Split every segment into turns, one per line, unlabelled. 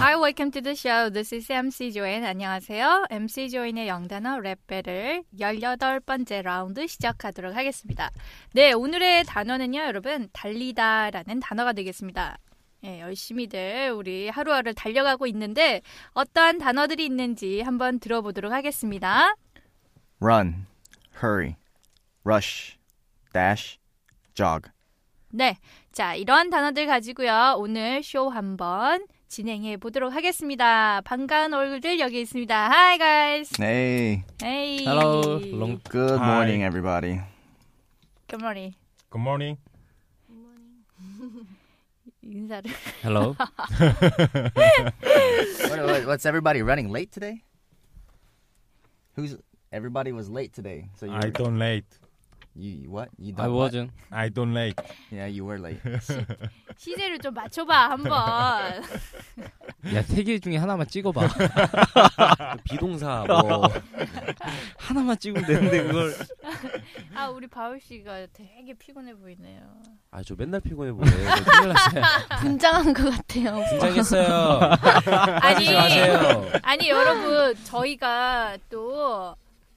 Hi, welcome to the show. This is MC 조인. 안녕하세요. MC 조인의 영단어 랩배를 18번째 라운드 시작하도록 하겠습니다. 네, 오늘의 단어는요, 여러분, 달리다라는 단어가 되겠습니다. 예, 열심히들 우리 하루하루 달려가고 있는데 어떠한 단어들이 있는지 한번 들어보도록 하겠습니다.
run, hurry, rush, dash, jog.
네. 자, 이런 단어들 가지고요. 오늘 쇼 한번 진행해 보도록 하겠습니다. 반가운 얼굴들 여기 있습니다. Hi guys.
Hey,
Hey.
Hello, long
good
Hi.
morning, everybody.
Good morning.
Good morning.
인사를.
hello.
What- what- what's everybody running late today? Who's everybody was late today? So you,
I don't late.
you you what? You don't
I
what?
wasn't.
I don't late.
Yeah, you were late.
시제를 좀 맞춰봐 한번.
야, 세 개 중에 하나만 찍어봐.
비동사 뭐
하나만 찍으면 되는데 그걸.
아 우리 바울 씨가 되게 피곤해 보이네요.
아 저 맨날 피곤해 보네. 저 큰일 났어요.
분장한 것 같아요. 뭐.
긴장했어요.
아니
하지
네.
마세요.
아니 여러분 저희가 또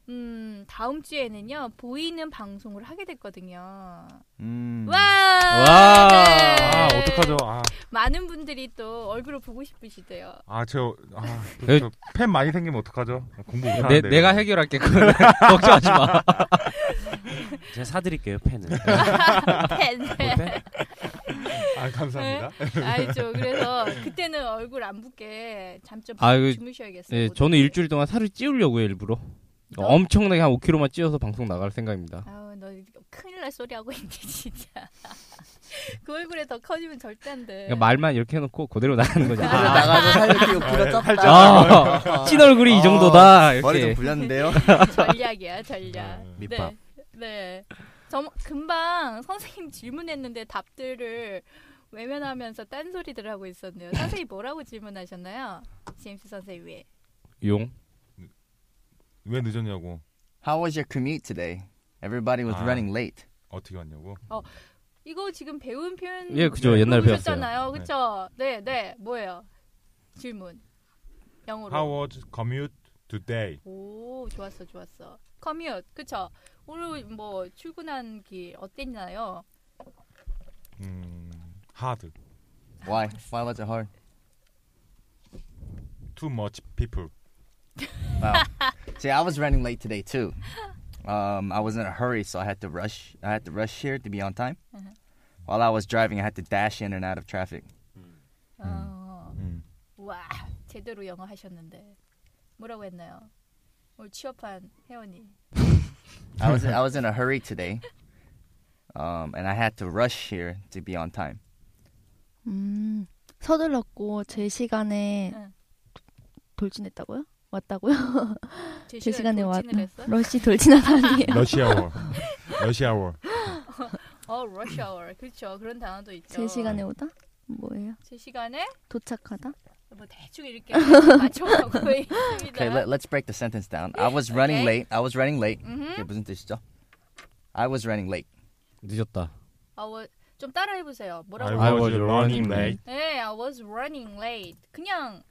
음, 다음 주에는요 보이는 방송을 하게 됐거든요.
Mm.
와. 네.
와.
아 어떡하죠? 아,
많은 분들이 또 얼굴을 보고 싶으시대요.
아저팬 아,
에?
저, 팬 많이 생기면 어떡하죠? 공부
네, 내,
못하는데.
내가 해결할게. 그걸 걱정하지 마.
제가 사드릴게요 펜을.
팬.
볼펜?
아 감사합니다.
네? 알죠. 그래서 그때는 얼굴 안 붓게 잠 좀
아, 그-
주무셔야겠어요.
예,
모두.
저는 일주일 동안 살을 찌우려고요, 일부러.
어?
엄청나게 한 5kg만 찌워서 방송 나갈 생각입니다.
아우 너 큰일 날 소리 하고 있네 진짜. 그 얼굴에 더 커지면 절대 안 돼.
그러니까 말만 이렇게 해놓고 그대로 나가는 거죠.
그래서
아,
나가서 살을 찌고 부가
아,
쪘다.
아, 찐 얼굴이
아,
이 정도다.
머리 좀
이렇게.
불렸는데요.
전략이야 전략.
아,
밑밥.
네. 네. 저 금방 선생님 질문했는데 답들을 외면하면서 딴소리들 하고 있었네요. 선생님 뭐라고 질문하셨나요? CMC 선생님 왜?
용.
왜 늦었냐고.
How was your commute today? Everybody was
아.
running late.
어떻게 왔냐고.
이거 지금 배운 표현
예, 그죠. 옛날에
배웠잖아요. 그죠? 네, 네. 뭐예요? 질문. 영어로.
How was commute today?
오, 좋았어, 좋았어. 커뮤트. 그쵸? 오늘 뭐 출근한 길 어땠나요?
음, hard.
Why? Why was it hard?
Too much people.
Wow. See, I was running late today too. Um, I was in a hurry, so I had to rush. I had to rush here to be on time.
Mhm.
While I was driving, I had to dash in and out of traffic.
어,
음.
와, 제대로 영어 하셨는데. 뭐라고 했나요? 오늘 취업한 혜원이.
I was I was in a hurry today, um, and I had to rush here to be on time.
음, 서둘렀고 제 시간에
응.
돌진했다고요? 왔다고요?
제
제
시간에
시간에 왔
돌진을 했어?
러시 돌진하다니요.
러시아워. 러시아워.
어, 러시아워. 그렇죠. 그런 단어도 있죠.
제 시간에 오다? 뭐예요?
제 시간에
도착하다?
뭐 대충 이렇게 맞춰가고
Okay,
있습니다.
let, let's break the sentence down. I was running
Okay.
late. I was running late.
Mhm.
Okay, 무슨 뜻이죠? I was running late.
늦었다.
아, 뭐, 좀 따라해 보세요. 뭐라고?
I
I
was
was running
running late.
네, I was running late. 그냥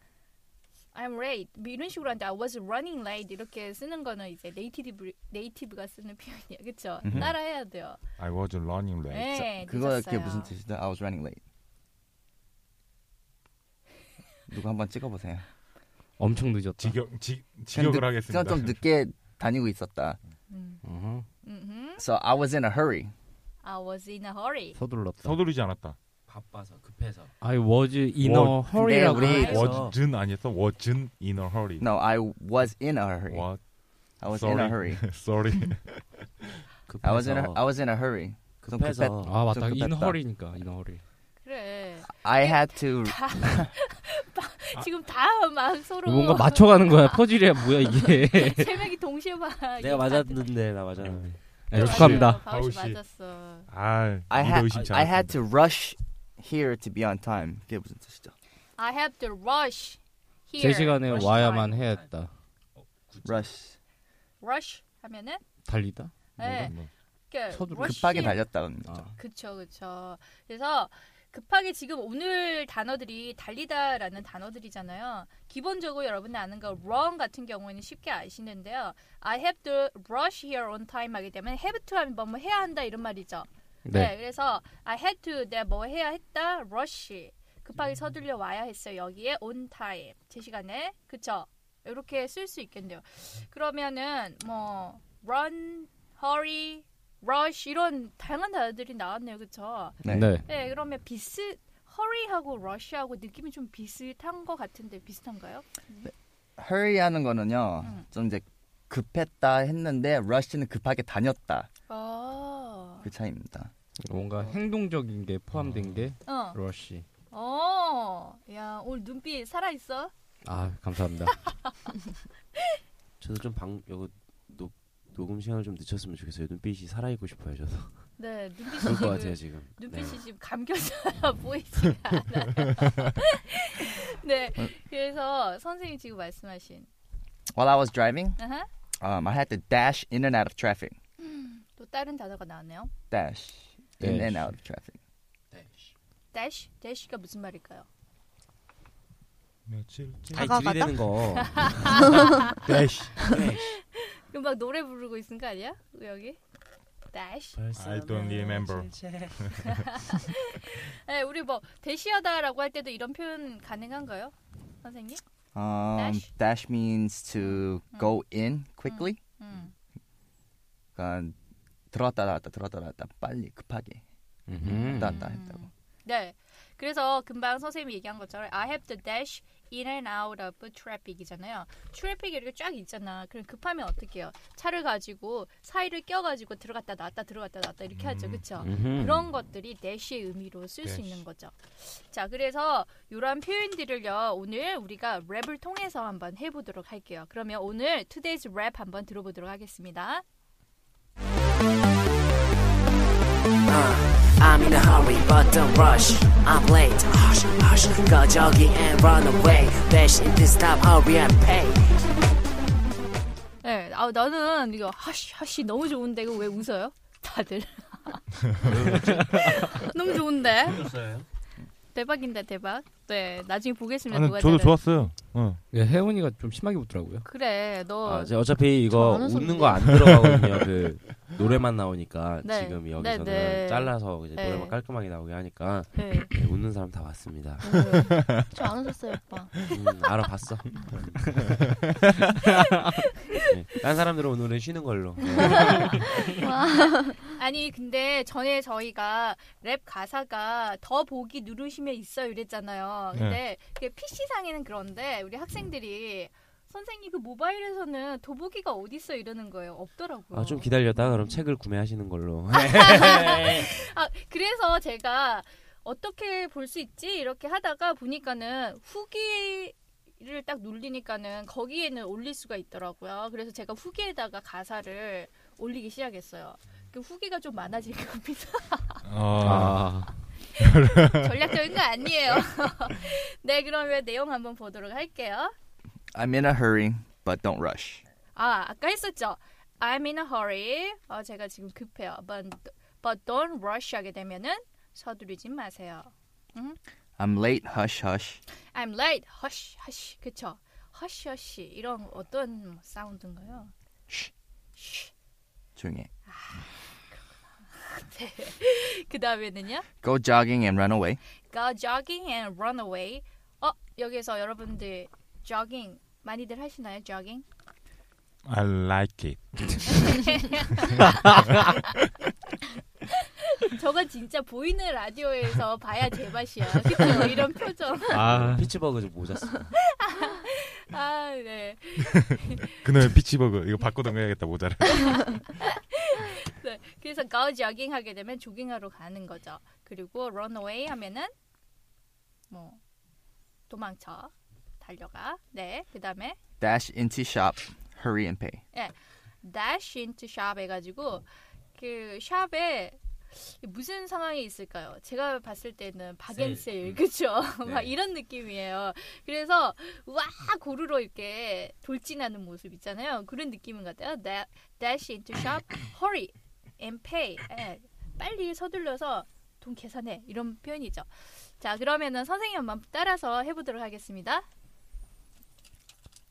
I'm late 뭐 이런 식으로 하는데 I was running late 이렇게 쓰는 거는 이제 네이티브 네이티브가 쓰는 표현이야, 그렇죠?
음.
따라해야 돼요.
I was running late.
네,
그거 그게
늦었어요.
무슨 뜻이죠? I was running late. 누구 한번 찍어보세요.
엄청 늦었다.
직역 지,
그냥
직역을
늦-
하겠습니다.
좀 늦게 다니고 있었다.
음,
어허,
음,
So I was in a hurry.
I was in a hurry.
서둘렀다.
서두르지 않았다.
바빠서 급해서.
I was in a
근데
hurry라고.
우리
네. 아,
해서.
그래서-
wasn't 아니었어? wasn't in a hurry.
No, I was in a hurry.
What?
I was in
Sorry.
a hurry.
Sorry.
급해서. 그
I was in a,
아,
I was in a hurry. 좀
급해서.
아 맞다.
좀
in
급했다.
hurry니까 in a hurry.
그래.
I had to
지금 다 막 서로
아. 뭐 뭔가 맞춰가는 거야. 퍼즐이야 뭐야 이게.
세 명이 동시에 막
아, 내가 맞았는데 나 맞았는데.
네,
역시.
축하합니다.
바우씨
바우씨.
맞았어.
아,
I
이거
had
의심치
I had
않았습니다.
to rush here to be on time. 그게 무슨 뜻이죠?
I have to rush here.
제 시간에
rush
와야만
time.
해야 했다.
rush
rush 하면은
달리다?
네.
뭐,
그
서두르-
rush
급하게
here.
달렸다는 거죠.
아,
그쵸 그쵸. 그래서 급하게 지금 오늘 단어들이 달리다라는 단어들이잖아요. 기본적으로 여러분 아는 거 run 같은 경우에는 쉽게 아시는데요. I have to rush here on time 하기 때문에 have to 하면 뭐, 뭐 해야 한다 이런 말이죠. 네.
네.
그래서 I had to 내가 뭐 해야 했다 rush
음.
급하게 서둘려 와야 했어요. 여기에 on time 제 시간에 그쵸? 이렇게 쓸 수 있겠네요. 그러면은 뭐 run, hurry, rush 이런 다양한 단어들이 나왔네요, 그쵸?
네.
네.
네, 그러면 비슷 hurry하고 rush하고 느낌이 좀 비슷한 것 같은데 비슷한가요?
hurry 하는 거는요.
음.
좀 이제 급했다 했는데 rush는 급하게 다녔다.
아,
그 차이입니다.
뭔가 행동적인 게 포함된 게
어,
러쉬.
어, 야 오늘 눈빛 살아 있어.
아, 감사합니다.
저도 좀방 요거 녹 녹음 시간을 좀 늦췄으면 좋겠어요. 눈빛이 살아있고 싶어요. 저도
네, 눈빛이
그럴 것
지금
같아요 지금.
눈빛이
네.
지금 감겨져서 보이지가 않아요. 네, 그래서 선생님 지금 말씀하신
While I was driving,
아하,
um, I had to dash in and out of traffic.
또 다른 단어가 나왔네요.
Dash in
Dash.
and out of traffic.
dash, dash가 무슨 말일까요?
며칠째
아니
다가가다?
들이대는 거.
대시
그럼 막 노래 부르고 있는 거 아니야? 여기 dash.
I don't remember.
네, 우리 뭐 대시하다라고 할 때도 이런 표현 가능한가요, 선생님?
Um,
Dash?
dash? means to go in quickly.
음.
그러니까 들어왔다 나왔다 들어왔다 나왔다 빨리 급하게
음.
왔다 갔다 했다고.
네. 그래서 금방 선생님이 얘기한 것처럼 I have to dash in and out of traffic이잖아요. 트래픽이 이렇게 쫙 있잖아. 그럼 급하면 어떻게 해요? 차를 가지고 사이를 껴가지고 들어갔다 나왔다 들어갔다 나왔다 이렇게 하죠. 그렇죠? 그런 것들이 dash의 의미로 쓸 수
Dash.
있는 거죠. 자, 그래서 이런 표현들을요. 오늘 우리가 랩을 통해서 한번 해보도록 할게요. 그러면 오늘 today's rap 한번 들어보도록 하겠습니다.
I'm in a hurry, but don't rush. I'm late. Hush, hush. Go jogging and run away. Dash in this time, hurry and pay.
네, 아 나는 이거 하시 하시 너무 좋은데 이거 왜 웃어요? 다들
음.
너무 좋은데
없어요.
대박인데 대박. 네, 나중에 보겠습니다.
아니,
누가
저도
잘하는지.
좋았어요. 응.
네, 혜원이가 좀 심하게 웃더라고요.
그래, 너
아, 이제 어차피 이거
안 웃었는데.
웃는 거 안 들어가거든요. 그 노래만 나오니까
네.
지금
네,
여기서는
네.
잘라서 이제
네.
노래만 깔끔하게 나오게 하니까
네.
네, 웃는 사람 다 봤습니다.
저안 웃었어요, 오빠.
음, 알아봤어. 네, 딴 사람들은 오늘은 쉬는 걸로. 네.
아니 근데 전에 저희가 랩 가사가 더 보기 누르시면 있어
네.
이랬잖아요. 근데 그게 PC 상에는 그런데 우리 학생들이 선생님 그 모바일에서는 도보기가 어디 있어 이러는 거예요. 없더라고요.
아, 좀 기다렸다 그럼 책을 구매하시는 걸로.
아, 그래서 제가 어떻게 볼 수 있지? 이렇게 하다가 보니까는 후기를 딱 눌리니까는 거기에는 올릴 수가 있더라고요. 그래서 제가 후기에다가 가사를 올리기 시작했어요. 그 후기가 좀 많아질 겁니다.
아,
아,
전략적인 거 아니에요. 네, 그러면 내용 한번 보도록 할게요.
I'm in a hurry, but don't rush.
아, 아까 했었죠. I'm in a hurry. 어, 제가 지금 급해요. But, but don't rush 하게 되면은 서두르지 마세요.
I'm late. Hush, hush.
I'm late. 허쉬 허쉬 그쵸? 허쉬 허쉬 이런 어떤 사운드인가요? 쉬.
조용해.
그 다음에는요.
Go jogging and run away.
Go jogging and run away. 어 여기서 여러분들 jogging 많이들 하시나요? jogging?
I like it.
저건 진짜 보이는 라디오에서 봐야 제맛이야. 그쵸? 이런 표정.
아,
피츠버그 좀 모자 쓰고.
아 네.
그놈의 피치버그 이거 바꿔 당겨야겠다 모자를.
네. 그래서 go jogging 하게 되면 조깅하러 가는 거죠. 그리고 run away 하면은 뭐 도망쳐 달려가. 네. 그 다음에
Dash into shop. Hurry and pay.
dash into shop 해가지고 그 샵에 무슨 상황이 있을까요? 제가 봤을 때는 박앤셀 그쵸? 막
네.
이런 느낌이에요. 그래서 와 고루로 이렇게 돌진하는 모습 있잖아요. 그런 느낌인 것 같아요. Da- Dash into shop, hurry and pay. 예, 빨리 서둘러서 돈 계산해 이런 표현이죠. 자 그러면은 선생님 한번 따라서 해보도록 하겠습니다.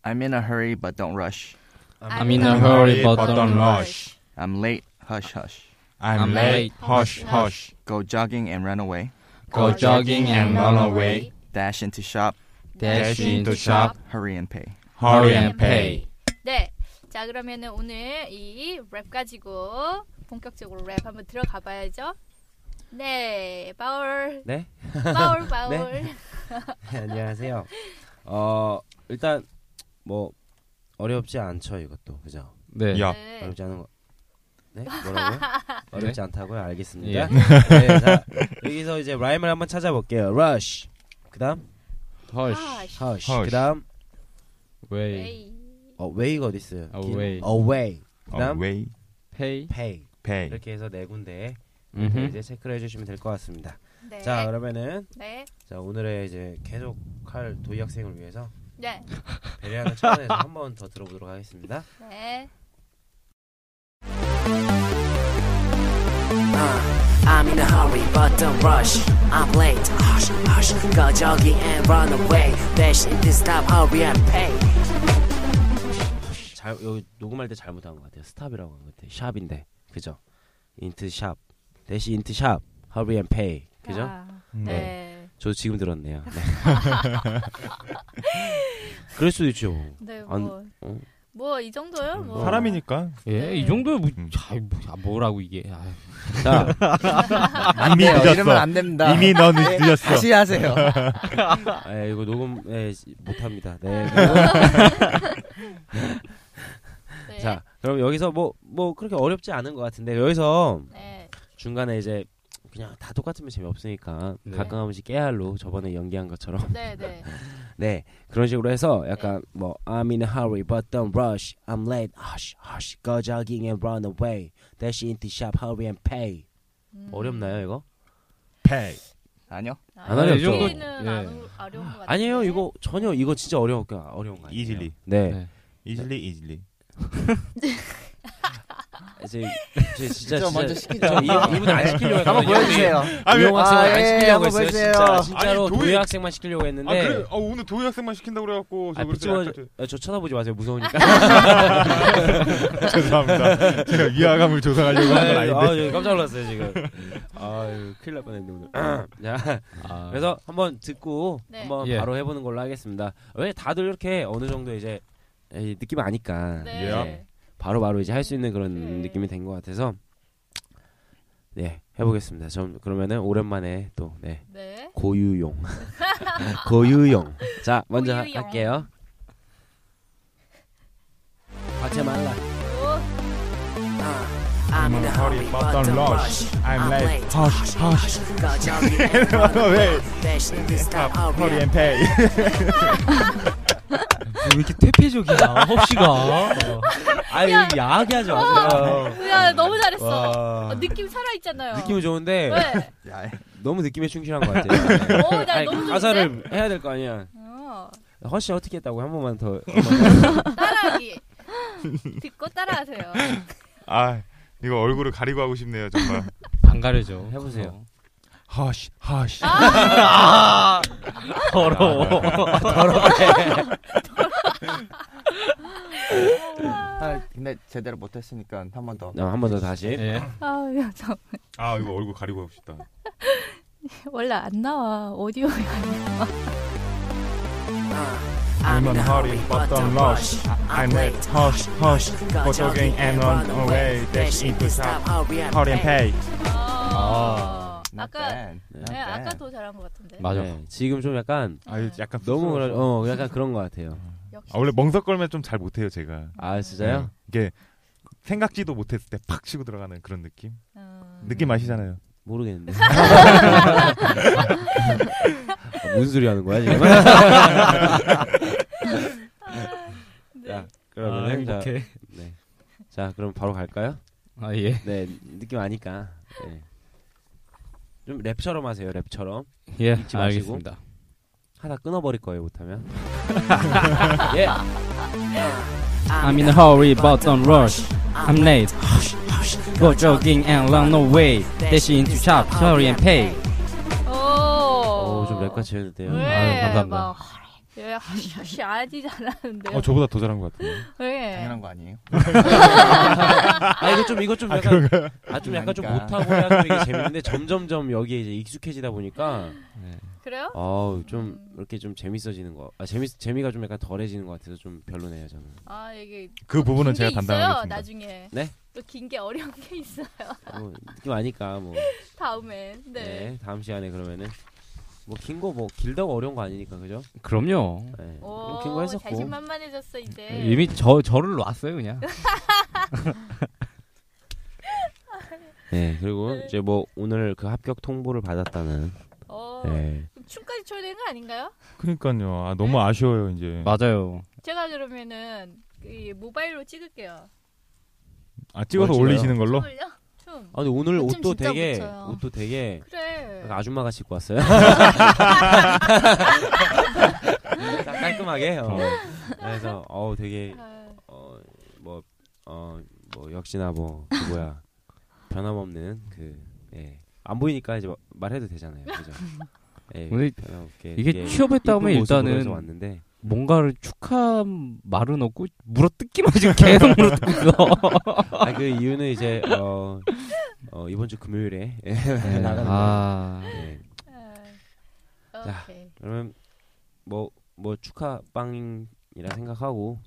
I'm in a hurry, but don't rush.
I'm in a hurry, but don't rush.
I'm late, hush, hush.
I'm late. Hush,
네.
hush.
Go jogging and run away.
Go jogging and run away.
Dash into shop,
Dash into shop.
hurry and pay.
Hurry and pay.
네. 자 그러면은 오늘 이 랩 가지고 본격적으로 랩 한번 들어가 봐야죠. 네, 바울,
네?
바울, 바울.
네, 안녕하세요. 어 일단 뭐 어렵지 않죠 이것도 그죠?
네.
야.
네.
어렵지 않은 거. 네? 뭐라고요? 어렵지 않다고요? 알겠습니다.
예.
네, 자, 여기서 이제 라임을 한번 찾아볼게요. Rush. 그다음
아,
Hush.
Hush.
Hush.
그다음
Way.
에이.
어, Way가 어디 있어요? 긴-
Away.
Away.
네.
그다음
Away.
Pay.
Pay.
Pay.
이렇게 해서 네 군데
음흠.
이제 체크를 해주시면 될 것 같습니다.
네.
자 그러면은
네.
자 오늘의 이제 계속 할 도희 학생을 위해서
네.
배려하는 차원에서 한 번 더 들어보도록 하겠습니다.
네.
Uh, I'm in a hurry, but don't rush. I'm late. Hush, hush. Go jogging and run away. Dash into stop, hurry and pay.
잘 여기 녹음할 때 잘못한 것 같아요. 스탑이라고 한 것 같아요. 샵인데 그죠? 인트 샵 대시 인트 샵 hurry and pay 그죠?
아, 네.
저 지금 들었네요. 네. 그럴 수도 있죠.
네.
안-
뭐.
어? 음,
뭐 이 정도요? 뭐.
어. 사람이니까 음.
예, 이 정도면 뭐, 자, 뭐, 아, 뭐라고 이게. 아,
자
이미
아, 이러면
늦었어.
안 됩니다. 네.
이미 넌 늦었어.
다시 하세요.
아, 이거 녹음 예, 못합니다. 네.
아, 네.
자 그럼 여기서 뭐 뭐 그렇게 어렵지 않은 것 같은데 여기서
네.
중간에 이제 그냥 다 똑같으면 재미없으니까
네.
가끔 한 번씩 깨알로 저번에 연기한 것처럼
네, 네.
네 그런 식으로 해서 약간 뭐 I'm in a hurry but don't rush I'm late hush hush go jogging and run away dash into shop hurry and pay
음.
어렵나요 이거?
Pay.
아니요.
아,
안 어렵죠?
이거는 안
예.
어- 어려운 것 같아요.
아니에요 이거 전혀 이거 진짜 어려운 거 어려운 거 아니에요
Easily.
네,
네.
Easily, easily.
이제, 이제 진짜
저 먼저
진짜 저 이- 이분 안 시키려고
한번
했거든요.
보여주세요.
아, 왜-
이용
아,
학생을 안
예,
시키려고
한번
했어요
보여주세요.
진짜 진짜로
아니, 도희-
도희 학생만 시키려고 했는데
아
네.
그래? 아 오늘 도희 학생만 시킨다고 그래갖고
아,
저 그래서
비추어-
약간 좀-
아, 저 쳐다보지 마세요 무서우니까
죄송합니다. 제가 위화감을 조성하려고
네.
한건
아유,
아닌데.
아유, 깜짝 놀랐어요 지금 아유 큰일 날 뻔했는데 오늘 자
아,
그래서 한번 듣고
네.
한번
예.
바로 해보는 걸로 하겠습니다 왜 다들 이렇게 어느 정도 이제 이 느낌 아니까
네.
예.
이제 바로 바로 이제 할 수 있는 그런
네.
느낌이 된 것 같아서 네 해보겠습니다 좀 그러면은 오랜만에 또네
네.
고유용 고유용 자 먼저
고유용.
할게요 하지 말라
오,
Uh, I'm in a hurry, but don't rush. I'm late. Hush, hush. Go jogging and
아,
run away. Dash into
아,
stop, hurry and
pay.
왜 이렇게 퇴폐적이야, 홉씨가.
아유 야하게 하지
어.
어.
마세요
야, 너무 잘했어.
와.
어, 느낌 살아 있잖아요.
느낌이 좋은데
네.
야,
너무 느낌에 충실한 것 같아요.
오, 나
아니, 그
너무 좋은데?
가사를 뭐. 해야 될 거 아니야.
어,
허씨 어떻게 했다고 한 번만 더.
따라하기. 듣고 따라하세요.
아 이거 얼굴을 가리고 하고 싶네요 정말.
안 가려져.
해보세요.
Hush, hush.
더러워.
아, 근데 제대로 못했으니까 한 번 더.
어, 한 번 더 다시. 네,
예.
아, 야, 저
아 이거 얼굴 가리고 하고 싶다.
원래 안 나와 오디오에
I'm in a hurry, but don't rush. I'm late. Hush, hush. Go jogging and run away. Dash into stop, hurry and pay.
아,
Not
아까
bad.
네,
Not
네, 아까
bad.
더 잘한 것 같은데.
맞아.
네, 지금 좀 약간
아 이거 약간
너무
쑥스러워서.
그런- 어 약간 그런 것 같아요.
역시.
아, 원래 멍석걸면 좀 잘 못해요 제가.
아 진짜요?
이게 생각지도 못했을 때 팍 치고 들어가는 그런 느낌.
음.
느낌 아시잖아요.
모르겠는데. 아, 무슨 소리 하는 거야 지금?
네.
자
아,
그러면
아,
자,
행복해.
아, 네. 자 그럼 바로 갈까요?
아 예.
네 느낌 아니까. 네. 좀 랩처럼 하세요 랩처럼.
예.
잊지 마시고.
알겠습니다.
하다 끊어버릴 거예요 못하면.
예. I'm in a hurry but don't rush. I'm late. Go jogging and run away. Dash into shop, hurry and pay.
오.
어, 오좀 랩같이 해도 돼요.
어, 왜?
아유, 감사합니다.
막 예, 하시 아지 잘하는데.
어 저보다 더 잘한 것 같은데.
왜?
당연한 거 아니에요?
아 이거 좀 이거 좀 약간 아 좀 약간 좀
그러니까.
못하고 해야 좀 이게 재밌는데 점점점 여기에 이제 익숙해지다 보니까
그래요?
아우 좀 이렇게 좀 재밌어지는 거. 아 재미 재미가 좀 약간 덜해지는 것 같아서 좀 별로네요 저는.
아 이게
그 부분은
긴게
제가
있어요.
담당하겠습니다.
나중에.
네?
또 긴 게 어려운 게 있어요.
뭐, 느낌 아니까 뭐.
다음에. 네.
네. 다음 시간에 그러면은 뭐 긴 거 뭐 길다고 어려운 거 아니니까 그죠?
그럼요.
네.
오,
긴 거 했었고.
자신만만해졌어 이제.
이미 저 저를 놨어요 그냥.
네 그리고 이제 뭐 오늘 그 합격 통보를 받았다는.
어,
네.
그럼 춤까지 춰야 되는 거 아닌가요?
그러니까요. 아 너무 아쉬워요 이제.
맞아요.
제가 그러면은 이 모바일로 찍을게요.
아 찍어서
뭘 찍어요?
올리시는 걸로.
춤을요? 춤.
아 근데 오늘
요즘
옷도
진짜
되게
붙여요.
옷도 되게
그래.
약간 네. 아줌마같이 입고 왔어요. 딱 깔끔하게. 어. 그래서 어우 되게
아,
어 뭐 어, 뭐 역시나 뭐 그 뭐야 변함없는 그 예. 안 보이니까 이제 마- 말해도 되잖아요. 그죠? 예.
근데
변함없게
이게
되게
취업했다
이쁜
하면
모습으로 해서
일단은
왔는데
뭔가를 축하 말은 없고 물어 뜯기만 지금 계속 물어 뜯고.
아, 그 이유는 이제 어, 어 이번 주 금요일에 예,
네,
나가는 거예요.
아.
예.
아, 오케이.
그러면 뭐 뭐 축하 빵이라 생각하고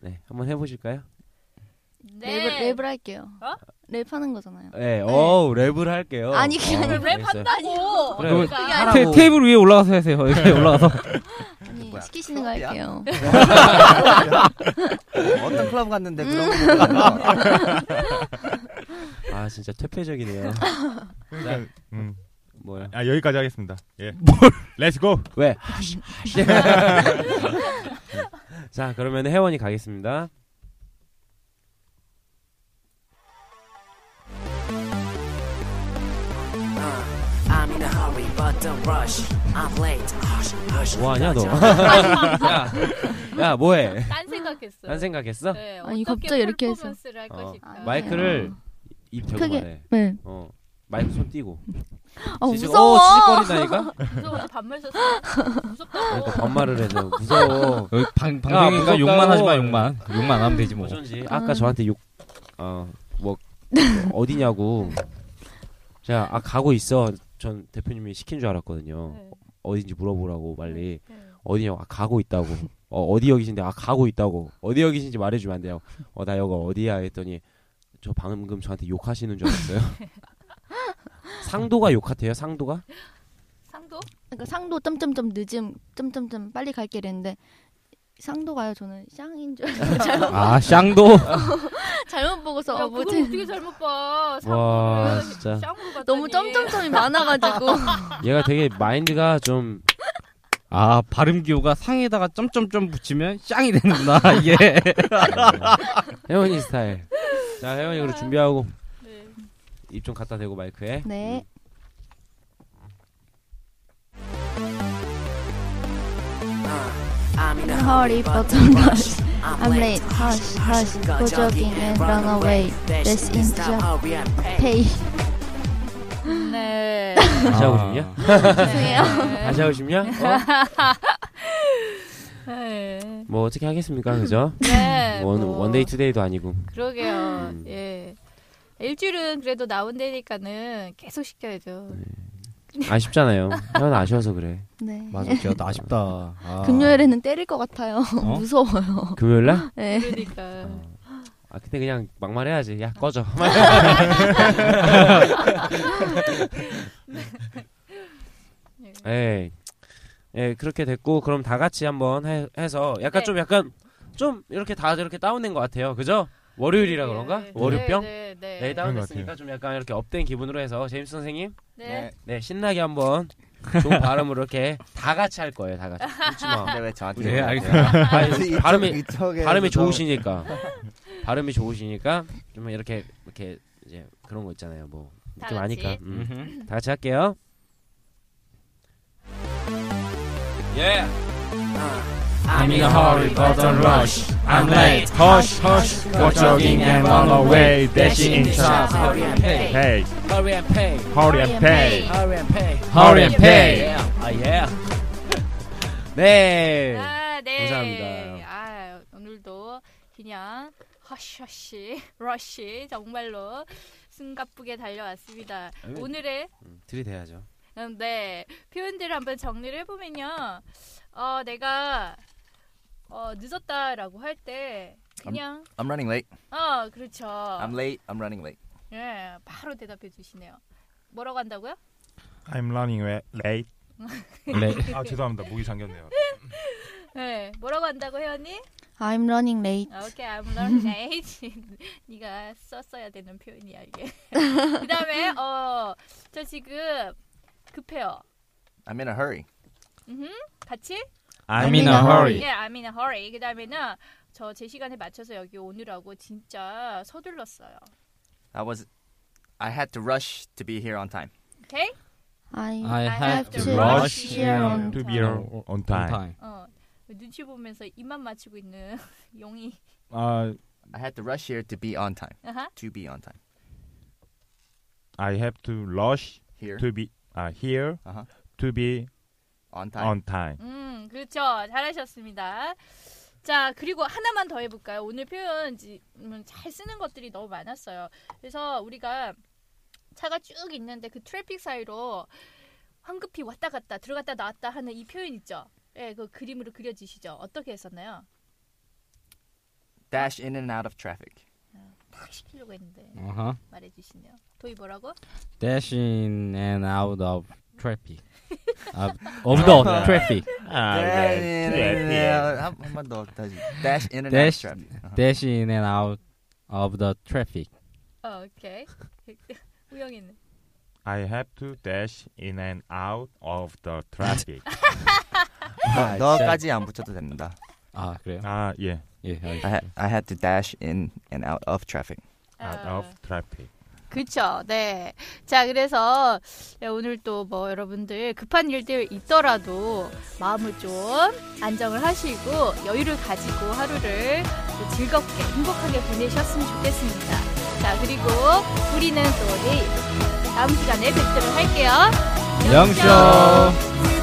네 한번 해보실까요?
네.
랩을, 랩을 할게요.
어?
랩하는 거잖아요.
네, 어 랩을 할게요.
아니, 그게
어,
아니라
알겠어요.
랩한다고.
그래.
그러면
그러니까
아.
하라고.
테, 테이블 위에 올라가서 하세요. 이렇게 올라가서.
아니,
뭐야,
시키시는 거
어,
클럽이야?
할게요.
어떤 클럽
음.
갔는데 그런 거 몰라.
아 진짜 퇴폐적이네요.
그러니까 음.
뭐야?
아 여기까지 하겠습니다. 예. 렛츠고.
왜? 자 그러면 혜원이 가겠습니다.
I'm in a hurry but don't rush. I'm late. Hush, hush.
뭐하냐 너? 야, 야 뭐해?
딴 생각했어.
난 생각했어?
네,
아니,
어떻게
갑자기 이렇게 해서.
퍼포먼스를 할
어,
것일까?
마이크를 입 대고
크게.
말해.
네.
어 마이크 손 띄고.
아,
지지-
무서워.
어, 지직거린다니까?
네, 무서워서 반말 썼어.
그러니까
무섭다고.
반말을 해서 무서워.
여기 방, 방송이니까 욕만
무섭다고.
하지 마, 욕만. 욕만 안 하면 되지 뭐.
어쩐지 아까 저한테 욕어뭐 어디냐고. 자, 아 가고 있어. 전 대표님이 시킨 줄 알았거든요.
네.
어딘지 물어보라고 빨리.
네.
어디냐고 아 가고 있다고 어 어디 여기신데 아 가고 있다고 어디 여기신지 말해주면 안 돼요 어 나 여기 어디야 했더니 저 방금 저한테 욕하시는 줄 알았어요 상도가 욕같아요 상도가
상도?
그러니까 상도 점점점 늦음 점점점 빨리 갈게 이랬는데 상도 가요 저는 샹인 줄 알고 잘못,
아, 샹도.
잘못 보고서
야,
어,
그걸
뭐지?
어떻게 잘못 봐.
와
상도를
진짜
쌍으로 봤더니.
너무 점점점이 많아가지고
얘가 되게 마인드가 좀
아, 발음 기호가 상에다가 점점점 붙이면 샹이 되는구나, 이게.
혜원이 스타일 자 혜원이 그럼 준비하고
네.
입 좀 갖다 대고 마이크에
네
uh. I'm in a hurry
hurry but
but
don't
don't
rush.
rush.
I'm late hush hush go jogging and run away
Dash
Dash
into
into
shop, hurry and pay.
pay
네.
아,
다시 하고 싶냐
죄송해요
다시 하고 싶냐 어?
네.
뭐 어떻게 하겠습니까 그죠
네.
원
뭐,
원데이 투데이도 아니고
그러게요.
음.
예. 일주일은 그래도 나온다니까는 계속 시켜야죠.
아쉽잖아요 혜원 아쉬워서 그래
네
맞아, 진짜 아쉽다. 아.
금요일에는 때릴 것 같아요
어?
무서워요
금요일날
네
그러니까.
아 그때 그냥 막말 해야지 야 꺼져
네.
예. 예 그렇게 됐고 그럼 다 같이 한번 해, 해서 약간
네.
좀 약간 좀 이렇게 다 이렇게 다운된 것 같아요 그죠 월요일이라 그런가
네.
월요병 네,
네, 네. 네.
그런 것
다운됐으니까 좀 약간 이렇게 업된 기분으로 해서 제임스 선생님
네.
네 신나게 한번 좋은 발음으로 이렇게 다 같이 할 거예요 다 같이 웃지 마
근데 왜 저한테?
네,
그래요?
알겠습니다.
아니, 발음이
이쪽에서도-
발음이 좋으시니까 발음이 좋으시니까 좀 이렇게 이렇게 이제 그런 거 있잖아요. 뭐
다
느낌
같이.
아니까. 음.
Mhm.
다 같이 할게요.
Yeah.
I'm in a hurry, but don't rush.
I'm late. Hush, hush. Go jogging and run away. Dashing in
아,
traffic.
네.
Hurry and pay.
Hey,
Hurry and pay.
hurry and pay.
Hurry and pay.
Hurry and pay.
Yeah. 아 예. 네.
아, 네.
감사합니다.
아, 오늘도 그냥 허쉬허쉬 러쉬 정말로 숨가쁘게 달려왔습니다.
아유.
오늘의
들이대야죠.
음, 네 표현들을 한번 정리를 해보면요. 어, 내가 어, 늦었다라고 할 때 그냥
I'm running late.
어 그렇죠.
I'm late. I'm running late.
예 바로 대답해 주시네요. 뭐라고 한다고요?
I'm running wa- late.
Late.
아 죄송합니다. 목이 잠겼네요.
네 뭐라고 한다고 회원님?
I'm running late.
오케이, I'm learning age. 네가 썼어야 되는 표현이야 이게. 그다음에 어저 지금 급해요.
I'm in a hurry.
같이?
I'm in a hurry.
예, I'm in a hurry. 그다음에는 저 제 시간에 맞춰서 여기 오느라고 진짜 서둘렀어요.
I was. I had to rush to be here on time.
오케이?
I
I have to
to
rush
rush
here on
To be on, on time.
time.
어 눈치 보면서 입만 맞추고 있는 용이.
아,
I had to rush here to be on time.
아하.
To be on time.
I have to rush
Here.
to be 아 here
Uh-huh.
to be
On time.
on time.
음, 그렇죠. 잘하셨습니다. 자, 그리고 하나만 더 해볼까요? 오늘 표현 지- 음, 잘 쓰는 것들이 너무 많았어요. 그래서 우리가 차가 쭉 있는데 그 트래픽 사이로 황급히 왔다 갔다 들어갔다 나왔다 하는 이 표현 있죠? 예, 그 그림으로 그려지시죠? 어떻게 했었나요?
Dash in and out of traffic.
탁 시키려고 했는데
Uh huh.
말해주시네요. 도희 뭐라고?
Dashing and out of traffic. of, of the traffic.
아,
아,
Dash
네.
네,
in and out- 한- 한번 더 다시. Dash in and out of
Dash-
traffic. Uh-huh.
Dashing and out of the traffic.
어, 오케이. 우영이는?
I have to dash in and out of the traffic.
너- 너까지 안 붙여도 됩니다.
아 그래요?
아 예.
예. 알겠습니다.
I, ha- I had to dash in and out of traffic.
Out
어,
of traffic.
그쵸, 네. 자, 그래서 오늘 또 뭐 여러분들 급한 일들 있더라도 마음을 좀 안정을 하시고 여유를 가지고 하루를 또 즐겁게 행복하게 보내셨으면 좋겠습니다. 자, 그리고 우리는 또 내일 다음 시간에 뵙도록 할게요.
영쇼.
We